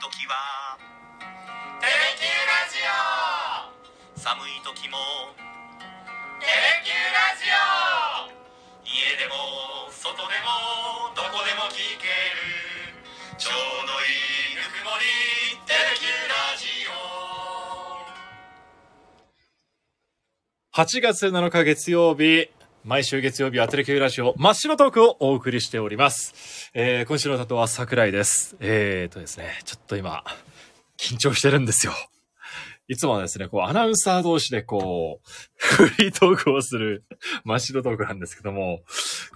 時はテレキューラジオ寒い時もテレキューラジオ家でも外でもどこでも聞けるちょうどいいぬくもりテレキューラジオ8月7日月曜日、毎週月曜日はテレキューラジオ真っ白トークをお送りしております。えー、今週の担当は桜井です。えーとですね、ちょっと今、緊張してるんですよ。いつもはですね、こうアナウンサー同士でこう、フリートークをする真っ白トークなんですけども、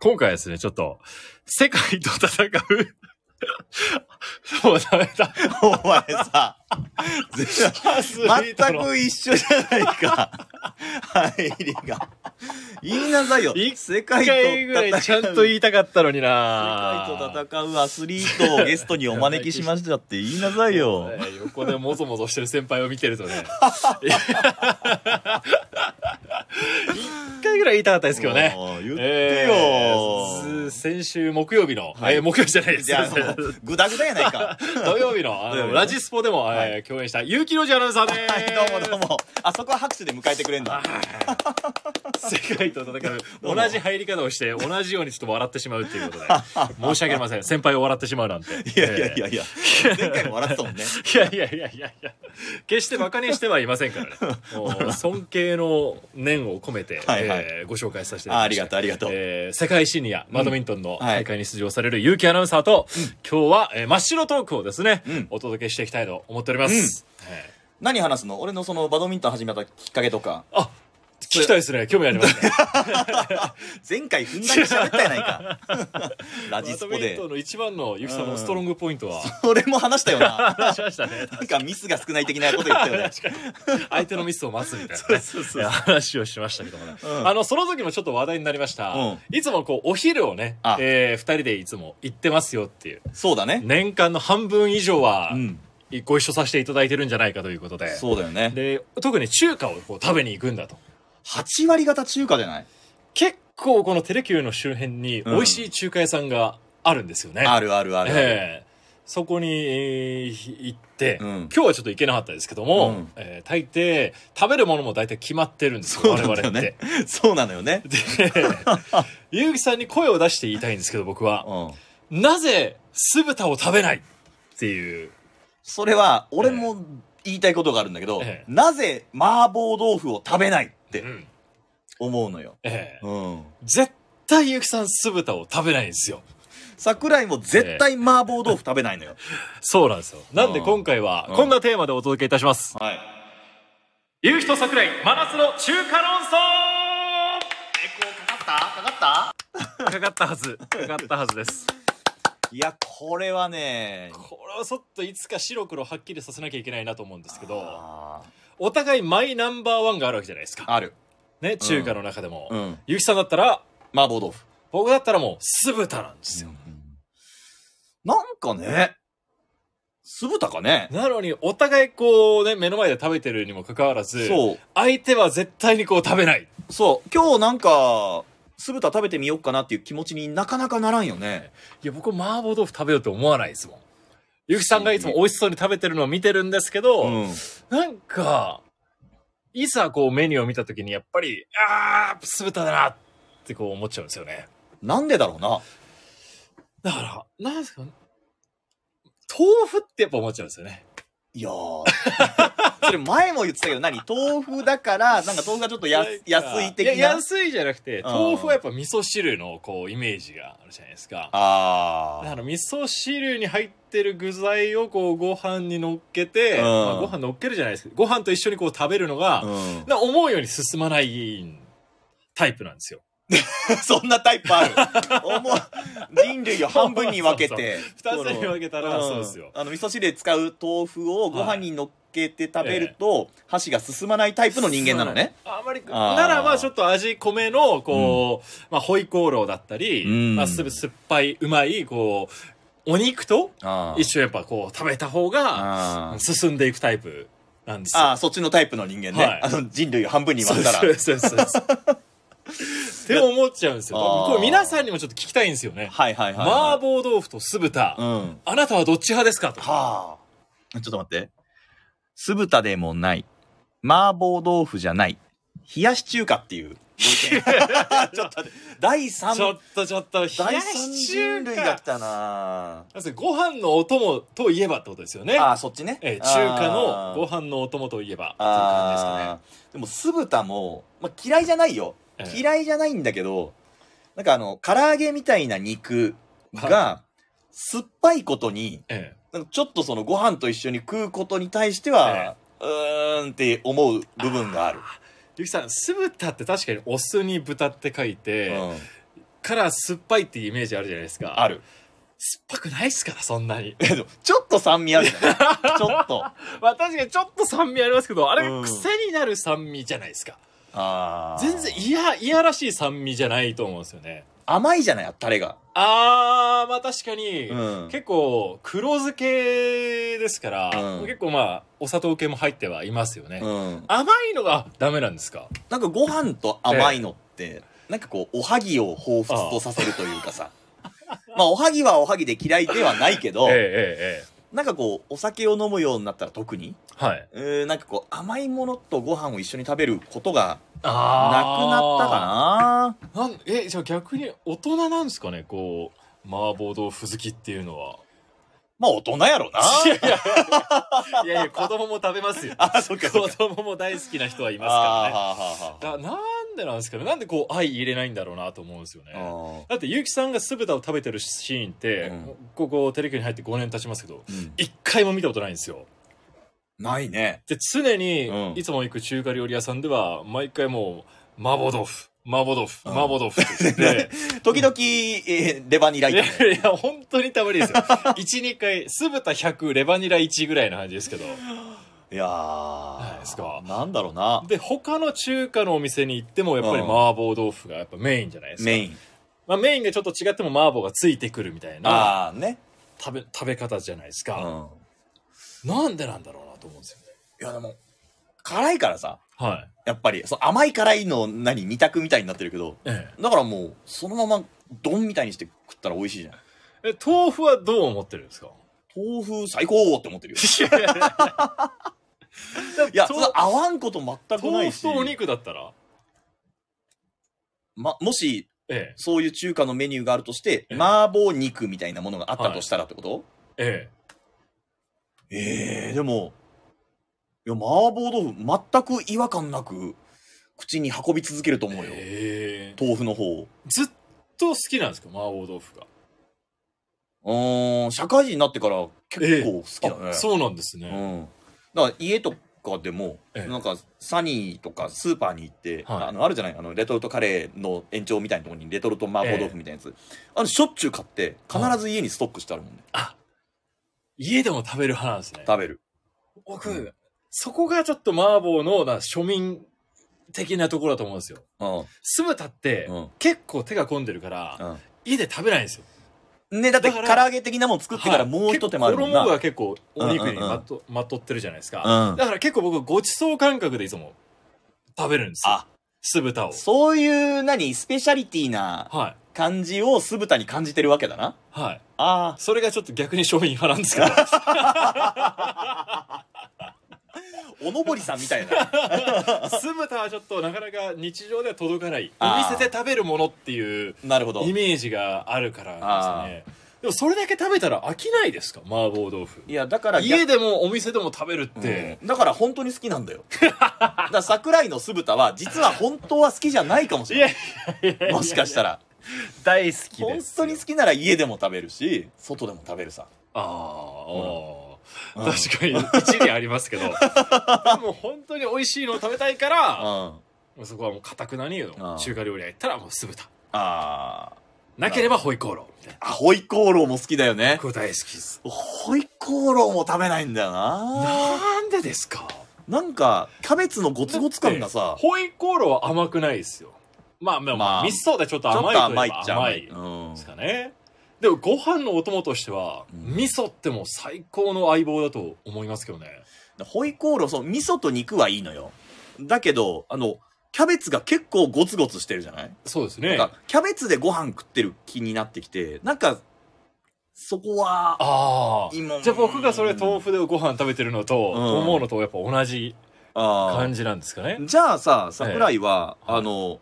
今回はですね、ちょっと、世界と戦う、もうダメだ。お前さ、全全く一緒じゃな いか。入りが。言いなさいよ。一世界一と回ぐらいちゃんと言いたかったのにな世界と戦うアスリートをゲストにお招きしましたって言いなさいよ。ね横でもぞもぞしてる先輩を見てると ね一回ぐらい言いたかったですけどねもう言ってよ、えーす先週木曜日の、えー木曜日じゃないですじゃあ、もうグダグダやない か。土曜日のあ土曜日ののラジスポでも、えー共演した結城ロジアナウンサーではい、すどうもどうも。あそこは拍手で迎えてくれんだ。 世界と戦うどうも同じ入り方をして同じようにちょっと笑ってしまうっていうことで申し訳ありません先輩を笑ってしまうなんていやいやいやいや、前回も笑ってたもん ね。いやいやいやいやいや決して馬鹿にしてはいませ んからねもう尊敬の念を込めて、はいはいえーご紹介させていたあだありきましたがとう、ありがとう。えー世界シニアバドミントンのうんはい大会に出場される結城アナウンサーと、今日は、えー真っ白トークをですね、うんお届けしていきたいと思っております、え何話すの俺のそのバドミントン始めたきっかけとか。ーあ聞きたいですね興味あります ね前回ふんだんに喋ったやない かラバジスドポミンでトンの一番の結城さんのストロングポイントは 俺も話したよな話しましたねなんかミスが少ない的なこと言った よね相手のミスを待つみたいなね、いや話をしましたけどもね、うんあのその時もちょっと話題になりました、うんいつもこうお昼をね、あえ2人でいつも行ってますよっていうそうだね年間の半分以上はうんご一緒させていただいてるんじゃないかということで,、そうだよねで特に中華をこう食べに行くんだと8割型中華じゃない結構このテレキューの周辺に美味しい中華屋さんがあるんですよね、あるあるあるあるええそこにえー行って、うん今日はちょっと行けなかったですけども、うんえー大抵食べるものも大体決まってるんですよそう我なんだ々よってね。そうなのよねで 結城さんに声を出して言いたいんですけど僕は、うんなぜ酢豚を食べないっていうそれは俺も言いたいことがあるんだけどええなぜ麻婆豆腐を食べないってうん思うのよええうん絶対結城さん酢豚を食べないんですよ桜井も絶対麻婆豆腐食べないのよそうなんですよなんでうん今回はうんこんなテーマでお届けいたしますはい結城と桜井真夏の中華論争かかったかかっかかったはずかかったはずですたいやこれはねこれはちょっといつか白黒はっきりさせなきゃいけないなと思うんですけどあお互いマイナンバーワンがあるわけじゃないですーかあるね中華の中でも、うんゆきさんだったら麻婆豆腐僕だったらもう酢豚なんですよ、なんかね、酢豚かね。なのにお互いこうね目の前で食べてるにもかかわらずそう、相手は絶対にこう食べないそう、今日なんか、酢豚食べてみようかなっていう気持ちになかなかならんよね。いや僕麻婆豆腐食べようと思わないですもんゆきさんがいつも美味しそうに食べてるのを見てるんですけど、うん。なんか、いざこうメニューを見たときにやっぱり、あー、酢豚だなってこう思っちゃうんですよね。なんでだろうな。だから、なんですか、豆腐ってやっぱ思っちゃうんですよね。いやー。 それ前も言ってたけど、何豆腐だから、なんか豆腐がちょっと安安い的やな。安いじゃなくうて、ん豆腐はやっぱ味噌汁のこうイメージがあるじゃないですか。あだー。から味噌汁に入ってる具材をこうご飯に乗っけて、うんまあご飯乗っけるじゃないですけど、ご飯と一緒にこう食べるのが、うん な思うように進まないタイプなんですよ。そんなタイプある思う人類を半分に分けてそうそう二つに分けたらそうですよんあの味噌汁で使う豆腐をご飯に乗っけて食べると、箸が進まないタイプの人間なのねあまりあーならばちょっと味米のこう、まあホイコーローだったり、うんまあ、す酸っぱいうまいこうお肉とあ一緒にやっぱこう食べた方があ進んでいくタイプなんですよ。あーそっちのタイプの人間ね、はいあの人類を半分にそ割うったそうらそうそう。って思っちゃうんですよ。あーこれ皆さんにもちょっと聞きたいんですよね。はいはいはい、麻は婆豆腐と酢豚、い、うんはあなたはどっち派ですかと。あちょっと待って。酢豚でもない。麻婆豆腐じゃない。冷やし中華って いう。ちょっと待って。第ちょ3っ、とちょっと冷第や三し人中類が華来たなまずご飯のお供といえばってことですよねああ、そっちね。ええ中華のご飯飯のお供といえばっていう感じですかねあーでも酢豚も、まあ、嫌いじゃないよ。ええ嫌いじゃないんだけど、なんかあの、唐揚げみたいな肉が、酸っぱいことに、えなんかちょっとそのご飯と一緒に食うことに対しては、うーんって思う部分がある。えゆきさん酢豚って確かにお酢に豚って書いて、うんから酸っぱいっていうイメージあるじゃないですかある。酸っぱくないですからそんなにでもちょっと酸味あるじゃ ないちょっと。まあ確かにちょっと酸味ありますけどあれうんが癖になる酸味じゃないですか、あ全然いやいやらしい酸味じゃないと思うんですよね甘いじゃない、タレが。あーまあ確かに、うん結構黒漬けですから、うん結構まあお砂糖系も入ってはいますよね、うん。甘いのがダメなんですかなんかご飯と甘いのって、なんかこう、おはぎを彷彿とさせるというか さ。まあ、おはぎはおはぎで嫌いではないけど、ええなんかこう、お酒を飲むようになったら特に、ええはいえー、なんかこう、甘いものとご飯を一緒に食べることがなくなったかあななくなったかななんえじゃあ逆に大人なんですかねこう麻婆豆腐好きっていうのはまあ、大人やろな。いやいや いやいや子供も食べますよあ、そっかそっ子か。供も大好きな人はいまあすーかはあはあはらねだなんでなんですかねなんでこう愛入れないんだろうなと思うんですよねあうんだって結城さんが酢豚を食べてるシーンって、うんここテレビに入って5年経ちますけどうん。一回も見たことないんですよないね。で常にうんいつも行く中華料理屋さんでは毎回もう麻婆豆腐麻婆豆腐うん麻婆豆腐って言 って、時々、えーレバニラ炒いめやいや本当にたまにですよ12回酢豚100レバニラ1ぐらいの感じですけどいやないー、ですかなんだろうな。で他の中華のお店に行ってもやっぱりうん麻婆豆腐がやっぱメインじゃないですかメイン。まあ、メインがちょっと違っても麻婆がついてくるみたいなああ、ね。食べ食べ方じゃないですうん。いか、なんでなんだろうなと思うんですよや、ねでも、辛いからさ、はいやっぱり、そう甘い辛いの、何、二択みたいになってるけど、えだからもう、そのまま、丼みたいにして食ったら美味しいじゃん。ええ豆腐はどう思ってるんですか豆腐最高って思ってるよ。いや、そとれ合わんこと全くな豆い腐し。とお肉だったらま、もし、ええそういう中華のメニューがあるとして、ええ麻婆肉みたいなものがあったとしたらってこと、えええでも、いや、麻婆豆腐、全く違和感なく、口に運び続けると思うよ。えええ豆腐の方。ずっと好きなんですか麻婆豆腐が、うーん、社会人になってから結構好きだね。あそうなんですね、うん。だから家とかでも、ええなんかサニーとかスーパーに行って、はいあのあるじゃないあのレトルトカレーの延長みたいなところにレトルト麻婆豆腐みたいなやつ、あのしょっちゅう買って必ず家にストックしてあるもんね、家でも食べる派なんですね食べる僕、うんそこがちょっと麻婆のな庶民的なところだと思うんですようん酢豚って、うん結構手が込んでるから、家で食べないんですよねだってだから唐揚げ的なもん作ってからはいもう一手間あるもんな、結構衣が結構お肉にうんうんうんまと,、まとってるじゃないですか、うんだから結構僕ごちそう感覚でいつも食べるんですよあ酢豚をそういう何スペシャリティなはい感じを酢豚に感じてるわけだなはいあそれがちょっと逆に庶民派なんですけど あおのぼりさんみたいな酢豚はちょっとなかなか日常では届かないおあー店で食べるものっていう なるほどイメージがあるからなんですよねでもそれだけ食べたら飽きないですか麻婆豆腐いやだから家でもお店でも食べるって、うんだから本当に好きなんだよだから桜井の酢豚は実は本当は好きじゃないかもしれないいやいやいやいもしかしたら大好き本です当に好きなら家でも食べるし外でも食べるさああ、うん確かに一理あ りますけどでも本当に美味しいのを食べたいかうら、あそこはもうかたくなにん中華料理屋行ったらもう酢豚あなければホイコーローみたいなーあホイコーローも好きだよね僕大好きですホイコーローも食べないんだよななんでですかなんかキャベツのゴツゴツ感がさホイコーローは甘くないですよまあまあ、ままあ、あ味噌でちょっとちょっ甘いとといえば甘いっちゃ甘甘いいうんですかねでもご飯のお供としては、うん味噌ってもう最高の相棒だと思いますけどねホイコーローその味噌と肉はいいのよだけどあのキャベツが結構ゴツゴツしてるじゃないそうですねなんかキャベツでご飯食ってる気になってきてなんかそこは、あいいもんあ。じゃあ僕がそれ豆腐でご飯食べてるのと、うん思うのとやっぱ同じあー感じなんですかね。じゃあさ、桜井は、ええはいあの、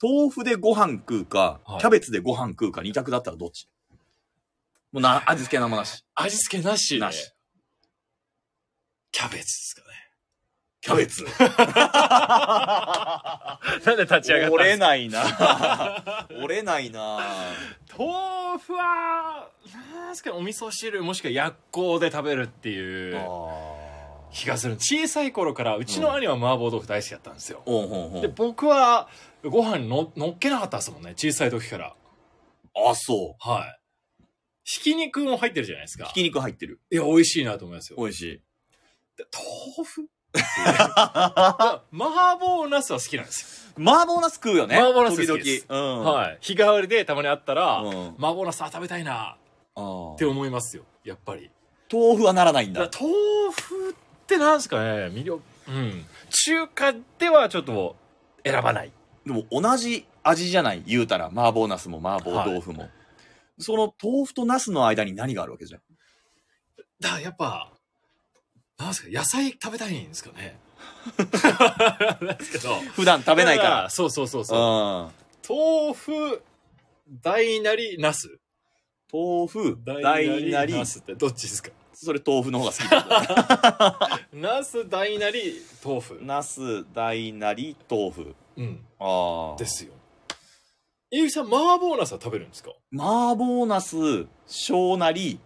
豆腐でご飯食うか、はいキャベツでご飯食うか、二択だったらどっちもうな、味付け生なし。味付けなしでなしキャベツですかね。キャベツ。 なんで立ち上がったん折でれすかない な折れないな豆腐は、なんすかお味噌汁もしくは薬効で食べるっていう気がする。小さい頃から、うちの兄は麻婆豆腐大好きだったんですよ。おうほうほで、う僕はご飯にの乗っけなかったですもんね。小さい時から。あ、そはい。ひき肉も入ってるじゃないですう。かひ。き肉入ってる。いや、美味しいなと思い ますよ。美味しい。で豆腐麻婆茄子は好きなんです麻婆茄子食うよね。麻婆茄子好きです時々。うよ。ん。はい。日替わりでたまにあったら、うん麻婆茄子は食べたいなあーって思いますよ。やっぱり。豆腐はならないんだだ。から豆腐ってなんですかね、魅力。うん。中華ではちょっと選ばない。でも同じ味じゃない、言うたら。麻婆茄子も麻婆豆腐も。その豆腐と茄子の間に何があるわけじゃん。だからやっぱ、なんですか、野菜食べたいんですか ね。なんですけど。普段食べないだかそうそうそうら。そう。うん豆腐、大なり、茄子。豆腐、大なり、茄子ってどっちですかそれ豆腐の方が好きだ。ナス大なり豆腐。茄子、大なり、豆腐。うん。ああ。ですよ。ゆうきさん、麻婆茄子は食べるんですかっ麻婆茄子、小なり、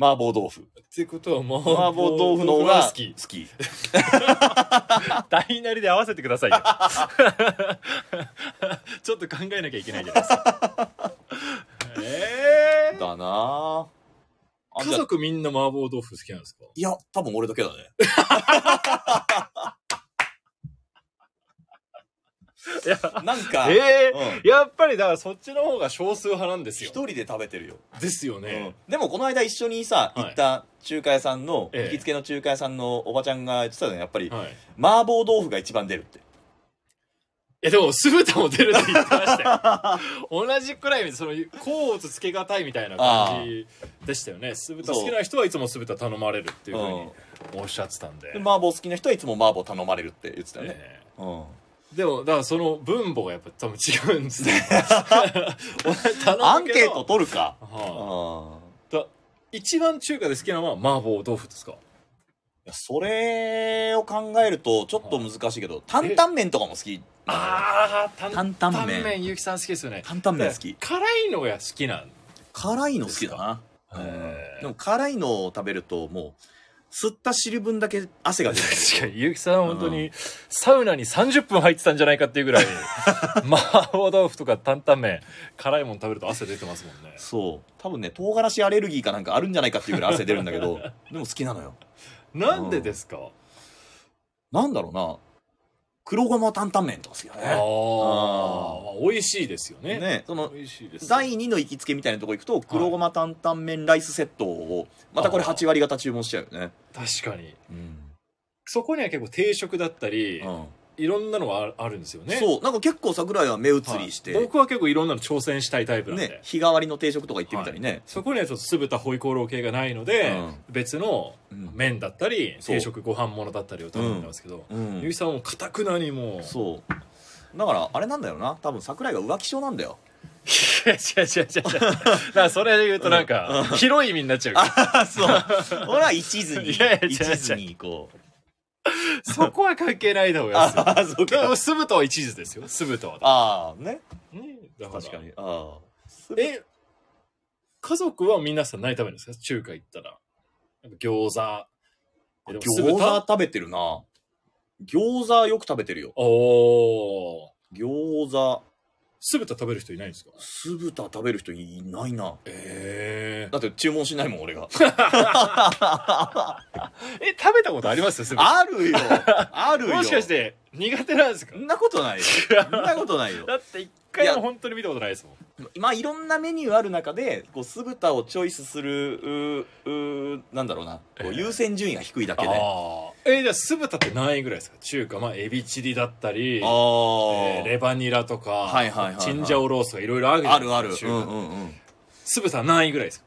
麻婆豆腐。てことは麻麻婆豆腐の方が好き。好き。大なりで合わせてくださいよ。 ちょっと考えなきゃいけないじゃないですか。えだなーあ家族みんな麻婆豆腐好きなんですかいや、多分俺だけだね。 いや、なんか、えうんやっぱりだからそっちの方が少数派なんです一よ。人で食べてるよ。ですよね。でもこの間一緒にさ、はい行った中華屋さんの、ええ行きつけの中華屋さんのおばちゃんが言ってたのよやっぱり、はい。麻婆豆腐が一番出るって。え、でも、酢豚も出るって言ってました よ。同じくらい、その、甲乙つけがたいみたいな感じでしたよね。酢豚そう好きな人はいつも酢豚頼まれるっていうふううんにおっしゃってたんで。で麻婆好きな人はいつも麻婆頼まれるって言ってたよね。ええうん。でも、だからその分母がやっぱ多分違うんです ね。俺頼むけどアンケート取るか。うん。はいいだ一番中華で好きなのは麻婆豆腐ですかやそれを考えるとちょっと難しいけど、担々麺とかも好き。ああ、担担々々麺。麺、ゆうきさん好きですよね。担々麺好き。辛いのが好きなん辛いの好きだな。ですかへえでも辛いのを食べるともう、吸った汁分だけ汗が出る。確かに、ゆうきさんは本当に、サウナに30分入ってたんじゃないかっていうぐ らい、麻婆豆腐とか担々麺、辛いもの食べると汗出てますもんね。そう多分ね唐辛子アレルギーかなんかあるんじゃないかっていうぐらい汗出るんだけ どでも好きなのよなんでですか、なんだろうな黒ごま担々麺とか好きだあーねまあ、美味しいですよね。ねその美味しいです。第2の行きつけみたいなとこ行くと黒ごま担々麺ライスセットをまたこれあー8割方注文しちゃうよね確かに。うん、そこには結構定食だったり、いろんなのがあるあるんですよね。そうなんか結構桜井は目移はいりして、僕は結構いろんなの挑戦したいタイプなんで。ね、日替わりの定食とか行ってみたりね、そこにはちょっと酢豚ホイコーロー系がないので、うん別のうん麺だったり、そう定食ご飯物だったりを頼んでますけど、うんゆうきさんはもうかたくなにもう そうだからあれなんだよな多分桜井が浮気症なんだ よいや違う違う違う違うだからそれで言うとなんか広い意味になっちゃうかそう俺は一途にいやいや違う違う一途にこうらそこは関係ないだ方がいいですよあそうでも酢豚は一途ですよ酢豚はああねねだら確かにああえ家族は皆さん何食べるんですか中華行ったらやっぱ餃子えでも酢餃子豚食べてるな餃子よく食べてるよおおー餃子酢豚食べる人いないんですか酢豚食べる人いないなえだって注文しないもん 俺がえ食べたことありますよ酢豚あるよあるよもしかして苦手なんですかそんなことないよそんなことないよだって一回も本当に見たことないですもんまあいろんなメニューある中でこう酢豚をチョイスするううなんだろうなこえうえ優先順位が低いだけで、ああえーじゃあ酢豚って何位ぐらいですか中華まあエビチリだったりあえーレーバニラとか、はいはいはいはいチンジャオロースとかいろいろあるじゃあないるあるですうか中華んうんうん酢豚何位ぐらいですか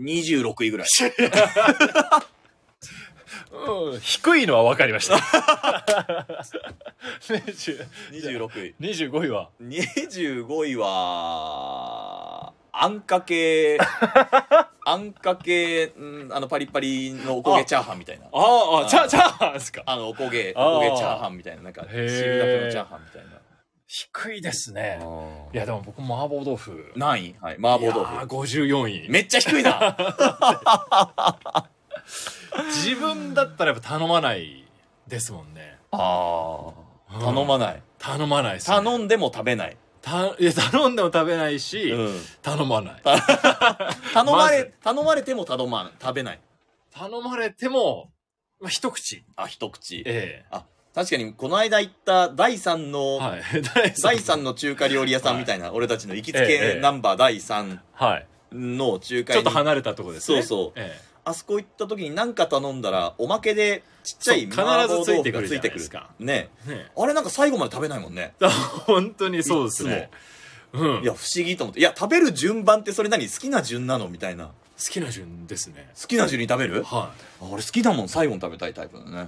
26位ぐら い。うん、低いのは分かりました。20 26位。 25位は。 25位は、あんか け、あんかけ、んあの、パリパリのおこげチャーハンみたいな。あああチャーチャーハンですか。の、おこげ、あーおこげチャーハンみたいな、なんか、へー汁だけのチャーハンみたいな。低いですね。いや、でも僕、麻婆豆腐。何位はい、麻婆豆いやー腐。 54位。めっちゃ低いな 自分だったらやっぱ頼まないですもんね。あー頼まない。頼まないです、ね。頼んでも食べない。たいや頼んでも食べないし、うん頼まない。頼ままれず、頼まれても頼まん、食べない。頼まれても、まあ、一口。あ、一口。え確かに、この間行った第三えの、はい。 第三の中華料理屋さんみたいな、俺たちの行きつえけえナンバー第三はい。の中華ちょっとに離れたとこですね。そうそうえあそこ行った時に何か頼んだら、おまけでちっちゃいそう麻婆必ずつ豆いて腐くがるつじゃいないてでくするか。ね。え。ねあれなんか最後まで食べないもんね。え本当にそうですね。うん。いや、不思議と思って。いや、食べる順番ってそれ何好きな順なのみたいな。好きな順ですね。好きな順に食べるはあ俺好きだもん、最後に食べたいタイプだね。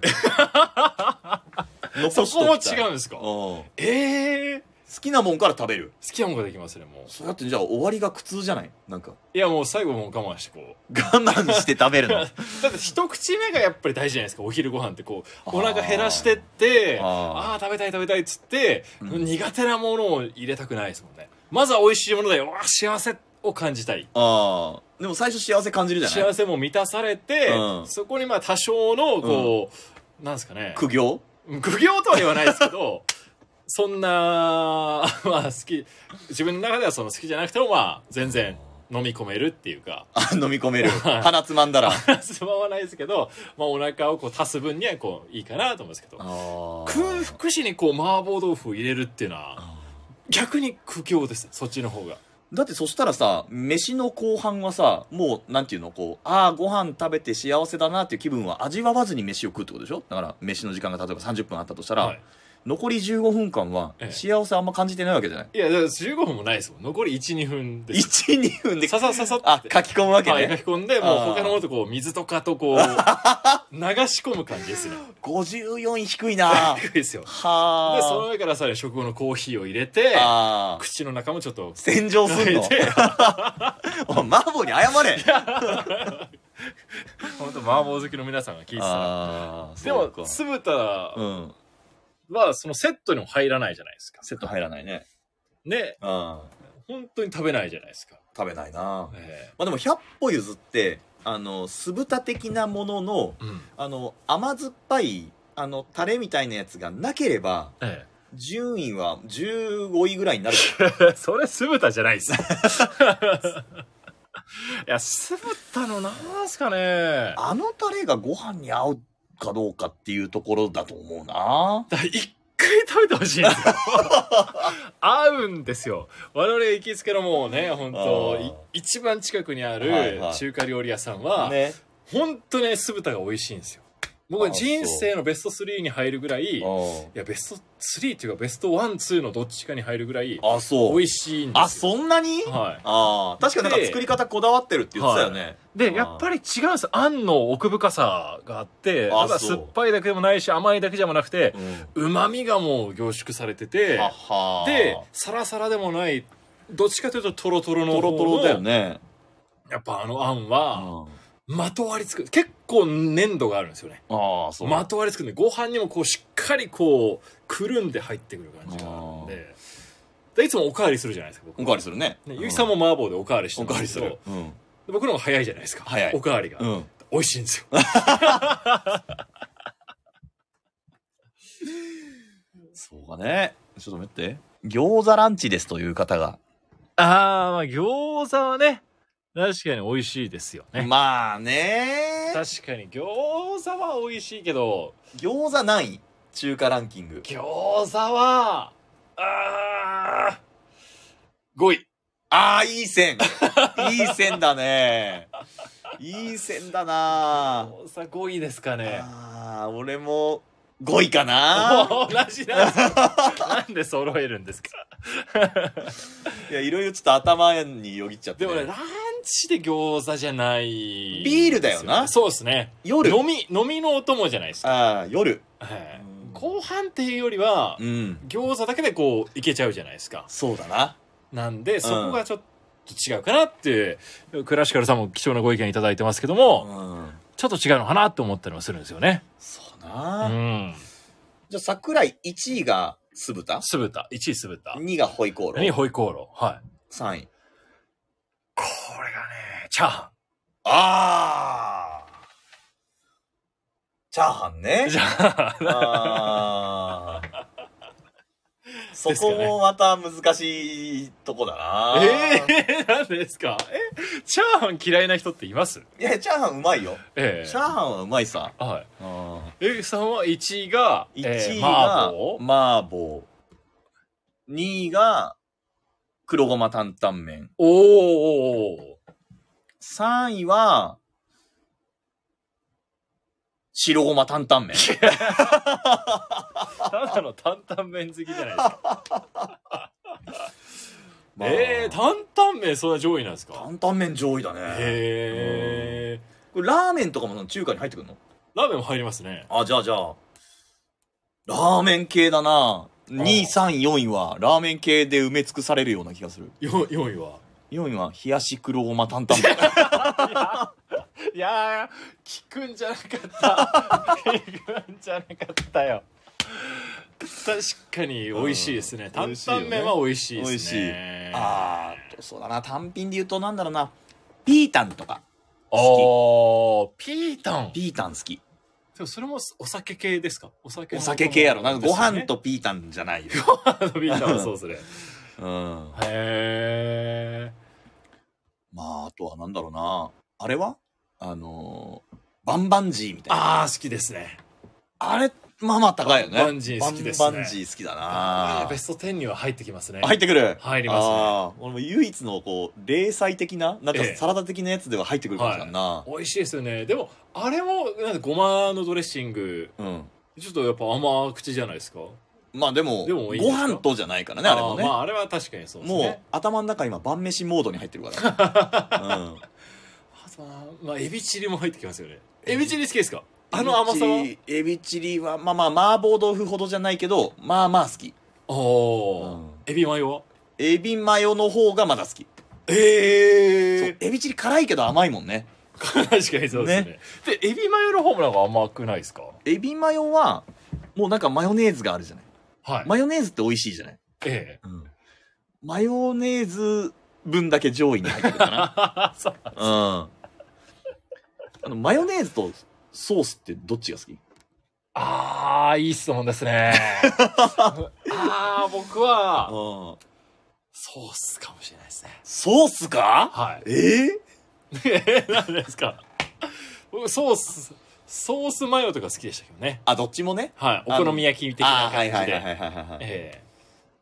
い。そ 残しこともきたい違うんですかうん好ええきなもんから食べる。好きなものができますね、もう。そうやってじゃあ終わりが苦痛じゃないなんか。いや、もう最後もう我慢してこう。我慢して食べる の。だって一口目がやっぱり大事じゃないですか、お昼ご飯ってこう、あーお腹減らしてって、あああー、食べたい食べたいっつって、うん苦手なものを入れたくないですもんね。まずは美味しいものだよ。わあ幸せを感じたい。あー。でも最初幸せ感じるじゃない幸せも満たされて、うんそこにまあ多少の、こう、なんですかね。苦 行苦行とは言わないですけど そんなまあ好き自分の中ではその好きじゃなくてもまあ全然飲み込めるっていうか あ飲み込める。鼻つまんだら。つまはないですけど、まあ、お腹をこう足す分にはこういいかなと思うんですけど空空腹時にこう麻婆豆腐を入れるっていうのは逆に苦行ですそっちの方がだってそしたらさ飯の後半はさもうなんていうのこうああご飯食べて幸せだなっていう気分は味わわずに飯を食うってことでしょだから飯の時間が例えば30分あったとしたら、はい残り15分間はええ幸せあんま感じてないわけじゃない、いやだから15分もないですもん残り12分です12分でささささあっ書てき込むわけはい書ね、き込んでもうあー他のものとこう水とかと こう流し込む感じですね54低いな低いですよでそのは上からさらに食後のコーヒーを入れてあああ口の中もちょっと洗浄すんの変えて お前麻婆に謝れ本当麻婆好きの皆さんが聞いてたらああでそうかも酢豚はうんそのセットにも入らないじゃないですかセット入らないねねうん本当に食べないじゃないですか、食べないなえまあでも100歩譲ってあの酢豚的なもののえうんあの甘酸っぱいあのタレみたいなやつがなければえ順位は15位ぐらいになるえ、 それ酢豚じゃない ですいや酢豚のなんすかねあのタレがご飯に合うかどうかっていうところだと思うなだから一回食べてほしいんですよ 合うんですよ我々行きつけのもうね本当あーい一番近くにあはいるはい中華料理屋さんは、ね本当ね酢豚が美味しいんですよ僕はあー人生のベスト3に入るぐらいいやベスト3っていうかベスト12のどっちかに入るぐらいあそう美味しいんですよあそんなにはいああ確かになんか作り方こだわってるって言ってたよね、でやっぱり違うんですよあんの奥深さがあってあただそう酸っぱいだけでもないし甘いだけじゃなくてうんうまみがもう凝縮されててあはーでサラサラでもないどっちかというとトロトロのトロトロだよねねやっぱあのあんはあまとわりつく結構粘度があるんですよねあーそうまとわりつくんでご飯にもこうしっかりこうくるんで入ってくる感じがあるんででいつもおかわりするじゃないですか僕おかわりするねねゆきさんも麻婆でおかわりしておかわりすでる、うん僕の方が早いじゃないですか早いおかわりが、うん、美味しいんですよそうかねちょっと待って餃子ランチですという方が、ああ、まあ餃子はね、確かに美味しいですよね。まあね確かに餃子は美味しいけど、餃子何位中華ランキング餃子は、あー5位。ああいい線いい線だねいい線だな餃子5位ですかね。あー俺も5位かなお 同じなんですよなんで揃えるんですか。いやいろいろちょっと頭によぎっちゃってでね、もね、ランちで餃子じゃない、ビールだよなそうですね。夜飲み、飲みのお供じゃないですか。ああ夜はいうん後半っていうよりは、うん餃子だけでこう、いけちゃうじゃないですか。そうだななんで、そこがちょっと違うかなって、クラシカルさんも貴重なご意見いただいてますけども、うんちょっと違うのかなって思ったりもするんですよね。そううな、ん。じゃあ桜井1位が酢豚酢豚。1位酢豚。 2位がホイコーロ2位ホイコーロー。はい。 3位これがね、チャーハああチャーハンねン。チャーハン。あーそですかこねもまた難しいとこだなええー、なん ですかえ、チャーハン嫌いな人っていますいやチャーハンうまいよええチャーハンはうまいさはい。 1 A さんは1位が、位えーが麻婆麻婆2位が黒ごま担々麺おーおーおー3位は白ごま担々麺ただの担々麺好きじゃないですか。まあええー、担々麺そんな上位なんですか担々麺上位だねへえこれラーメンとかもその中華に入ってくるのー。ラーメンも入りますね。あ、じゃあじゃあ、ラーメン系だな。2位、3位、4位は、ラーメン系で埋め尽くされるような気がする。よ4位は。 4位は、冷やし黒ごま担々 麺。いやー、聞くんじゃなかった。聞くんじゃなかったよ。確かに美味しいですね。うん担々麺は美味しいですね。あー、そうだな。単品で言うと、なんだろうな。ピータンとか。おーピータン。でピータン好き。もそれもお酒系ですかお酒おの酒系やろ。なんかご飯ですよね。とピータンじゃない よ。ピータンはそうですね。うん。へまあ、あとはなんだろうな。あれはあのー、バンバンジーみたいな。ああ、好きですね。あれ、まあまあ高いよね。バンバンジー好きですねバンバンジー好きだあなベ。スト10には入ってきますね。入ってくる入りますねあー俺も唯一のこう零細的ななんかええサラダ的なやつでは入ってくるかもしれんな、美味しいですよね。でも、あれも、なんかごまのドレッシング、うんちょっとやっぱ甘口じゃないですか。まあでもでもいいでごすか飯とじゃないからねあれもねーまあ、あれは確かにそうですもうね。頭の中今晩飯モードに入ってるから うんあとは、まあ、エビチリも入ってきますよね。エビチリ好きですかあの甘さエビチはリエビチリはまあまあ麻婆豆腐ほどじゃないけどまあまあ好きおー、うんエビマヨはエビマヨの方がまだ好き、えそうエビチリ辛いけど甘いもんね確か にそうですねねで、エビマヨの方もなんか甘くないですかエビマヨはもうなんかマヨネーズがあるじゃないはい。マヨネーズって美味しいじゃない ええマヨネーズ分だけ上位に入ってくるか な。そううん。あの、マヨネーズとソースってどっちが好きああ、いい質問ですね。 ああ、僕は、ん。ソースかもしれないですね。ソースかはい。 えええー、何ですか僕ソースソースマヨとか好きでしたけどねあ、どっちもね。はいおあの好み焼き的あーなはい感はじいはいはでいはいはいはい。え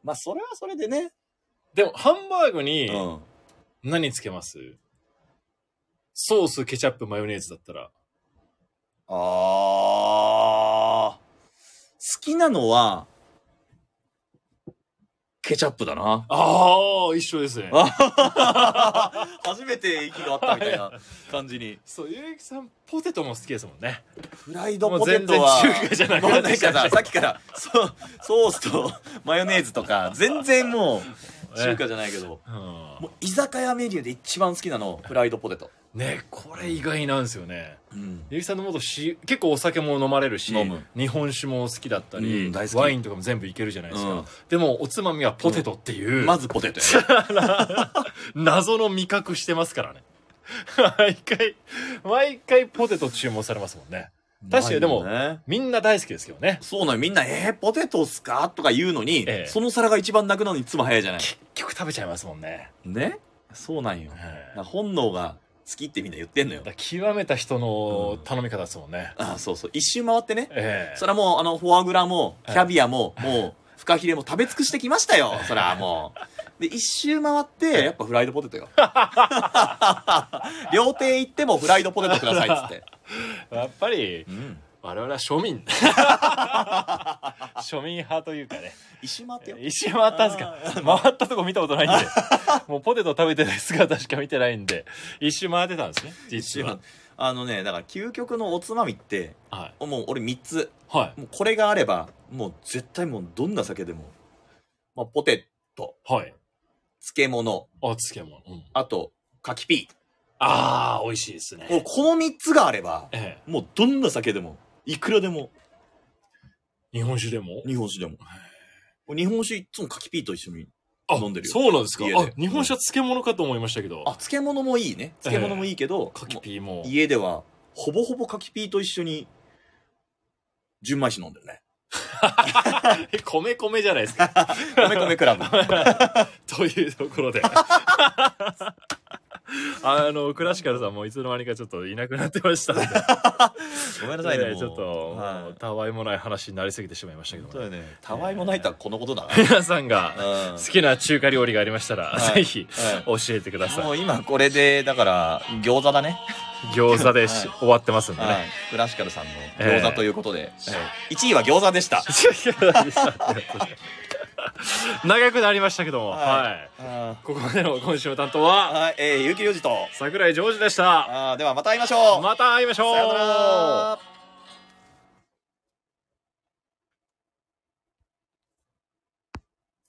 まあ、それはそれでね。ーでもハンバーグにうん。何つけます、ソースケチャップマヨネーズだったら。あー。好きなのは、ケチャップだな ああ一緒ですねあ初めて息があったみたいな感じに。そうゆうゆきさんポテトも好きですもんねフライドもポうテ全ト然は。中華じゃなくもうななっんてかきたさ、さっきから、そう、ソースとマヨネーズとか、全然もう、ね中華じゃないけど、うんもう居酒屋メニューで一番好きなの、フライドポテト。ねこれ意外なんですよねうん。ゆうゆきさんのもとし結構お酒も飲まれるし飲む日本酒も好きだったり、うん大好きワインとかも全部いけるじゃないですか、うんでもおつまみはポテトっていう、まずポテトやね。謎の味覚してますからね 毎回毎回ポテト注文されますもんね確かにでもうまいよねみんな大好きですけどねそうなの、みんな、えー、ポテトっすかとか言うのに、ええその皿が一番なくなるのにいつも早いじゃない。結局食べちゃいますもんね、ねそうなんよ。だはかいら本能が好きってみんな言ってんのよだか。ら極めた人のうん頼み方ですもんね、あそうそう。一周回ってね。ええそれはもう、あの、フォアグラも、キャビアも、もう、フカヒレも食べ尽くしてきましたよ。そら、もう。で、一周回って、やっぱフライドポテトよ。 料亭行ってもフライドポテトくださいっつって。やっぱりうん。我々は庶民 庶民派というかね石間ってやっ一周回ったんですか回ったとこ見たことないんでもうポテト食べてる姿しか見てないんで一周回ってたんですね実はぱあのねだから究極のおつまみってはいもう俺3つはいもうこれがあればもう絶対もうどんな酒でも、まあ、ポテトはい漬物お漬物、うん、あと柿ピああ美味しいですねーもうこの3つがあればえもうどんな酒でもいくらでもえ日本酒でも日本酒でも日本酒いっつも柿ピーと一緒にあ飲んでるよそうなんですか家であ日本酒は漬物かと思いましたけど、あ漬物もいいね漬物もいいけど、カキピーももう家ではほぼほぼ柿ピーと一緒に純米酒飲んでるねえ米米じゃないですか米米クラブというところで あのクラシカルさんもいつの間にかちょっといなくなってましたんで ごめんなさいね、えもうえちょっと、もはういたわいもない話になりすぎてしまいましたけど本も当だよねたわいもないとはこのことだな、皆さんが うん好きな中華料理がありましたら、はいぜひはい教えてください、もう今これでだから餃子だね、餃子でし、はい終わってますんでね、はい、クラシカルさんの餃ええ子ということで、1位は餃子でした 長くなりましたけども、はいはいはここまでの今週の担当は、い、えー、結城良二と桜井ジョージでした。あーではまた会いましょう、また会いましょうさようなら